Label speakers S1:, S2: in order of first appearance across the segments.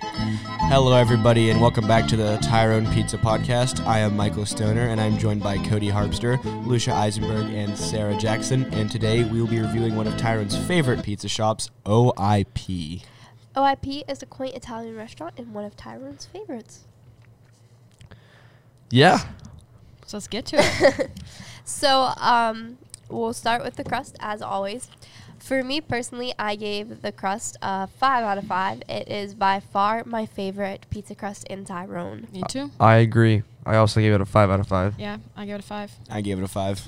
S1: Hello, everybody, and welcome back to the Tyrone Pizza Podcast. I am Michael Stoner, and I'm joined by Cody Harpster, Lucia Eisenberg, and Sarah Jackson. And today we will be reviewing one of Tyrone's favorite pizza shops, OIP.
S2: OIP is a quaint Italian restaurant and one of Tyrone's favorites.
S3: Yeah.
S4: So let's get to it.
S2: So, um, we'll start with the crust as always. For me personally, I gave the crust a five out of five. It is by far my favorite pizza crust in Tyrone.
S4: Me too.
S3: I agree. I also gave it a five out of five.
S4: Yeah, I give it a five.
S1: I gave it a five.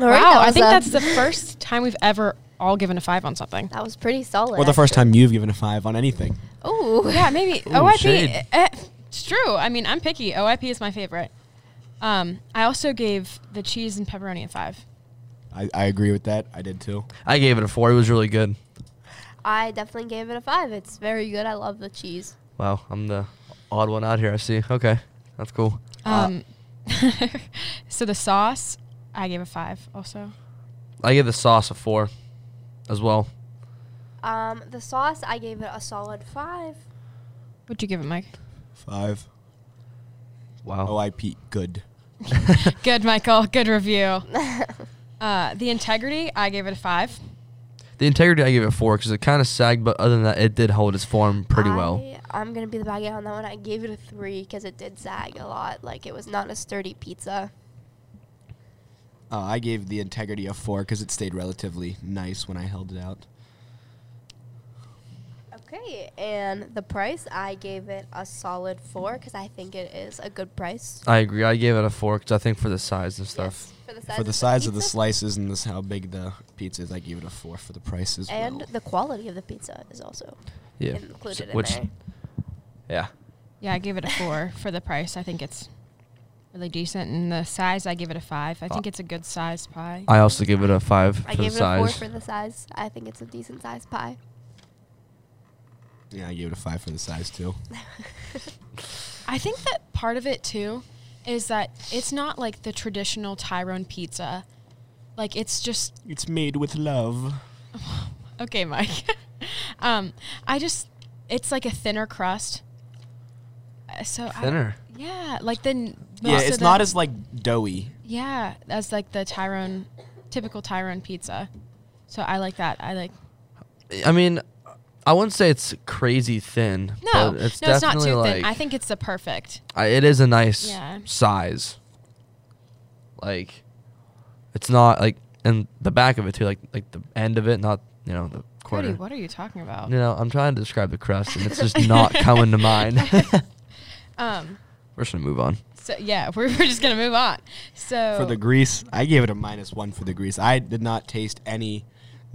S2: All right,
S4: wow,
S2: that
S4: I
S2: was
S4: think
S2: a-
S4: that's the first time we've ever all given a five on something.
S2: That was pretty solid.
S1: Well, the first time you've given a five on anything.
S2: Oh,
S4: Yeah, maybe
S3: Ooh,
S4: OIP.
S3: shade.
S4: eh, it's true. I mean, I'm picky. OIP is my favorite. Um, I also gave the cheese and pepperoni a five.
S1: I, I agree with that. I did too.
S3: I gave it a four. It was really good.
S2: I definitely gave it a five. It's very good. I love the cheese.
S3: Wow, I'm the odd one out here. I see. Okay, that's cool.
S4: Um, so the sauce, I gave a five also.
S3: I gave the sauce a four, as well.
S2: Um, the sauce, I gave it a solid five.
S4: What'd you give it, Mike?
S1: Five.
S3: Wow.
S1: OIP, good.
S4: Good, Michael. Good review. Uh, the integrity, I gave it a five.
S3: the integrity I gave it a four because it kind of sagged, but other than that, it did hold its form pretty well.
S2: I- I'm gonna be the bad guy on that one. I gave it a three because it did sag a lot. Like it was not a sturdy pizza.
S1: Uh, I gave the integrity a four because it stayed relatively nice when I held it out.
S2: Okay, and the price, I gave it a solid four because I think it is a good price.
S3: I agree. I gave it a four because I think for the size and stuff.
S2: Yes, for the size,
S1: for the size of the
S2: pizza
S1: slices and this how big the pizza is, I gave it a four for the price as
S2: and
S1: well.
S2: the quality of the pizza is also
S3: Yeah.
S2: included
S3: So-
S2: in there.
S3: yeah.
S4: Yeah, I gave it a four for the price. I think it's really decent. And the size, I give it a five. I think it's a good sized pie.
S3: I also give it a five
S2: I
S3: for the
S2: gave it a four
S3: size.
S2: for the size. I think it's a decent sized pie.
S1: Yeah, I gave it a five for the size too.
S4: I think that part of it too is that it's not like the traditional Tyrone pizza. Like it's just
S1: It's made with love.
S4: okay, Mike. um, I just it's like a thinner crust. Uh, So I-
S3: Thinner.
S4: yeah, like then
S1: yeah, it's not as like doughy.
S4: yeah as like the Tyrone typical Tyrone pizza. So I like that. I like
S3: I mean, I wouldn't say it's crazy thin.
S4: no,
S3: but
S4: it's
S3: it's
S4: no, it's
S3: definitely
S4: not too
S3: like,
S4: thin. I think it's the perfect.
S3: I, it is a nice
S4: Yeah.
S3: size. Like, it's not like and the back of it too, like like the end of it, not you know the quarter.
S4: Cody, what are you talking about?
S3: You know, I'm trying to describe the crust, and it's just not coming to mind.
S4: Um.
S3: We're just gonna move on.
S4: So yeah, we're, we're just gonna move on. So
S1: For the grease, I gave it a minus one for the grease. I did not taste any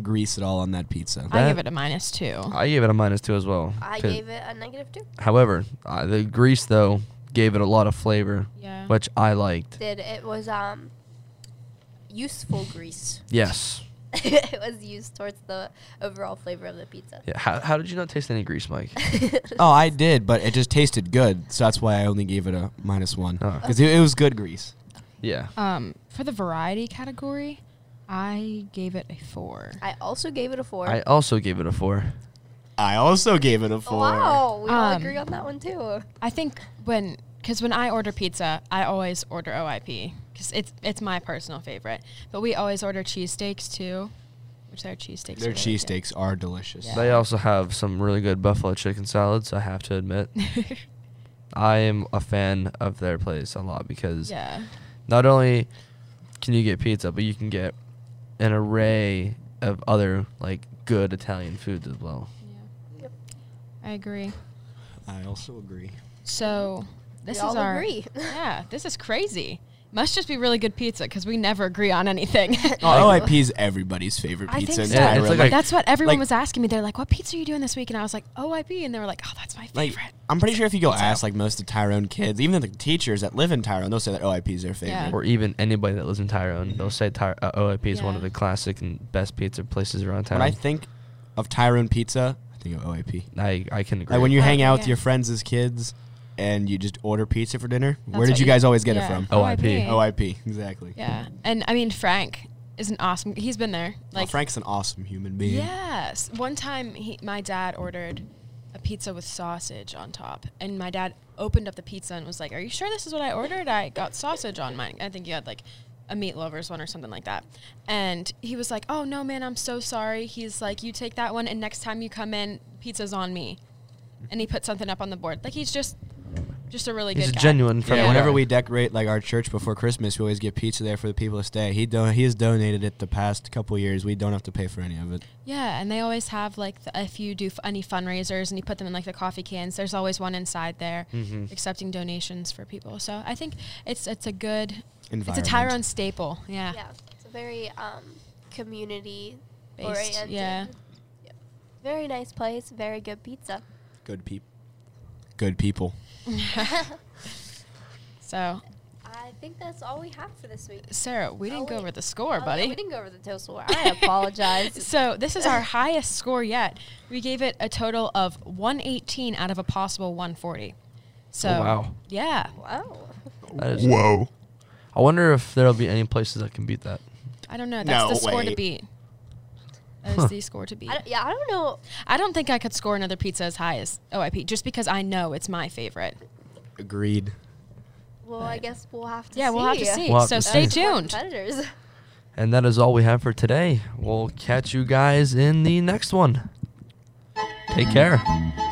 S1: grease at all on that pizza.
S4: I give
S3: that-
S4: it a minus two.
S3: I gave it a minus two as well.
S2: I
S3: 'cause-
S2: gave it a negative two.
S3: However, uh, the grease though gave it a lot of flavor,
S4: Yeah.
S3: which I liked.
S2: Did it was um useful grease.
S3: Yes.
S2: it was used towards the overall flavor of the pizza.
S3: Yeah. How, how did you not taste any grease, Mike?
S1: oh, I did, but it just tasted good, so that's why I only gave it a minus one
S3: Oh.
S1: because it, it was good grease.
S3: yeah.
S4: Um, for the variety category, I gave it a four.
S2: I also gave it a four.
S3: I also gave it a four.
S1: I also gave it a four.
S2: Oh, Wow, we all
S4: Um,
S2: agree on that one too.
S4: I think when, because when I order pizza, I always order OIP because it's it's my personal favorite. But we always order cheesesteaks too, which their cheesesteaks.
S1: Their
S4: are really good.
S1: cheesesteaks are delicious.
S4: Yeah.
S3: They also have some really good buffalo chicken salads. I have to admit, I am a fan of their place a lot because
S4: yeah.
S3: not only can you get pizza, but you can get an array of other like good Italian foods as well.
S2: Yep.
S4: I agree.
S1: I also agree.
S4: So this
S2: we
S4: is
S2: all
S4: our
S2: agree.
S4: yeah. This is crazy. Must just be really good pizza because we never agree on anything.
S1: Oh, OIP is everybody's favorite
S4: I
S1: pizza.
S4: think
S1: in
S4: so.
S3: Yeah, it's
S1: Tyrone.
S3: like a-
S4: That's what everyone
S1: like-
S4: was asking me. They're like, "What pizza are you doing this week?" And I was like, "OIP," and they were like, "Oh, that's my
S1: Like,
S4: favorite."
S1: I'm pretty sure if you go
S4: So-
S1: ask like most of the Tyrone kids, even the teachers that live in Tyrone, they'll say that OIP is their
S4: Yeah.
S1: favorite.
S3: Or even anybody that lives in Tyrone, they'll say Ty- uh, OIP is one
S4: Yeah.
S3: of the classic and best pizza places around
S1: When
S3: town.
S1: I think of Tyrone pizza, I think of OIP.
S3: I, I can agree.
S1: Like when you
S4: Oh,
S1: hang out with
S4: yeah.
S1: your friends as kids and you just order pizza for dinner,
S4: That's
S1: where did
S4: what
S1: you
S4: you-
S1: guys always get
S4: yeah.
S1: it from?
S3: Oh, OIP.
S1: OIP, exactly.
S4: Yeah, and I mean Frank is an awesome.
S1: Oh,
S4: He's been there.
S1: Well,
S4: Like
S1: Frank's an awesome human being.
S4: Yes. One time, he, my dad ordered a a pizza with sausage on top. And my dad opened up the pizza and was like, Are you sure this is what I ordered? I got sausage on mine. I think you had like a meat lovers one or something like that. And he was like, Oh no, man, I'm so sorry. He's like, You take that one and next time you come in, pizza's on me. And he put something up on the board. Like he's just just a really
S3: He's
S4: good
S3: a
S4: guy.
S3: genuine friend.
S1: Yeah,
S3: Yeah.
S1: whenever we decorate like our church before Christmas, we always get pizza there for the people to stay. He don- he has donated it the past couple years. We don't have to pay for any of it.
S4: Yeah, and they always have like the, if you do f- any fundraisers and you put them in like the coffee cans, there's always one inside there
S1: Mm-hmm.
S3: Mhm.
S4: accepting donations for people. So I think it's it's a good it's a
S1: Environment.
S4: Tyrone staple. Yeah.
S2: Yeah, it's a very um, community
S4: Based,
S2: oriented.
S4: yeah.
S2: Yep. Very nice place. Very good pizza.
S1: Good people. Good people.
S4: So
S2: I think that's all we have for this week.
S4: Sarah, we didn't
S2: Oh,
S4: go
S2: wait.
S4: over the score,
S2: Oh, yeah,
S4: buddy.
S2: we didn't go over the total score. I apologize.
S4: so this is our highest score yet. We gave it a total of 118 out of a possible 140. So
S1: Oh,
S3: wow.
S4: Yeah,
S2: wow.
S3: That is- I wonder if there'll be any places that can beat that.
S4: I don't know. That's
S1: No
S4: the score
S1: way.
S4: to beat. That is
S3: Huh.
S4: the score to beat.
S2: I don't, yeah, I don't know.
S4: I don't think I could score another pizza as high as OIP just because I know it's my favorite.
S1: Agreed.
S2: Well, I
S4: But-
S2: guess we'll have to
S4: yeah,
S2: see.
S4: we'll have to see.
S3: We'll have
S4: so
S3: to
S4: stay
S3: see.
S4: tuned.
S2: Competitors.
S3: And that is all we have for today. We'll catch you guys in the next one. Take care.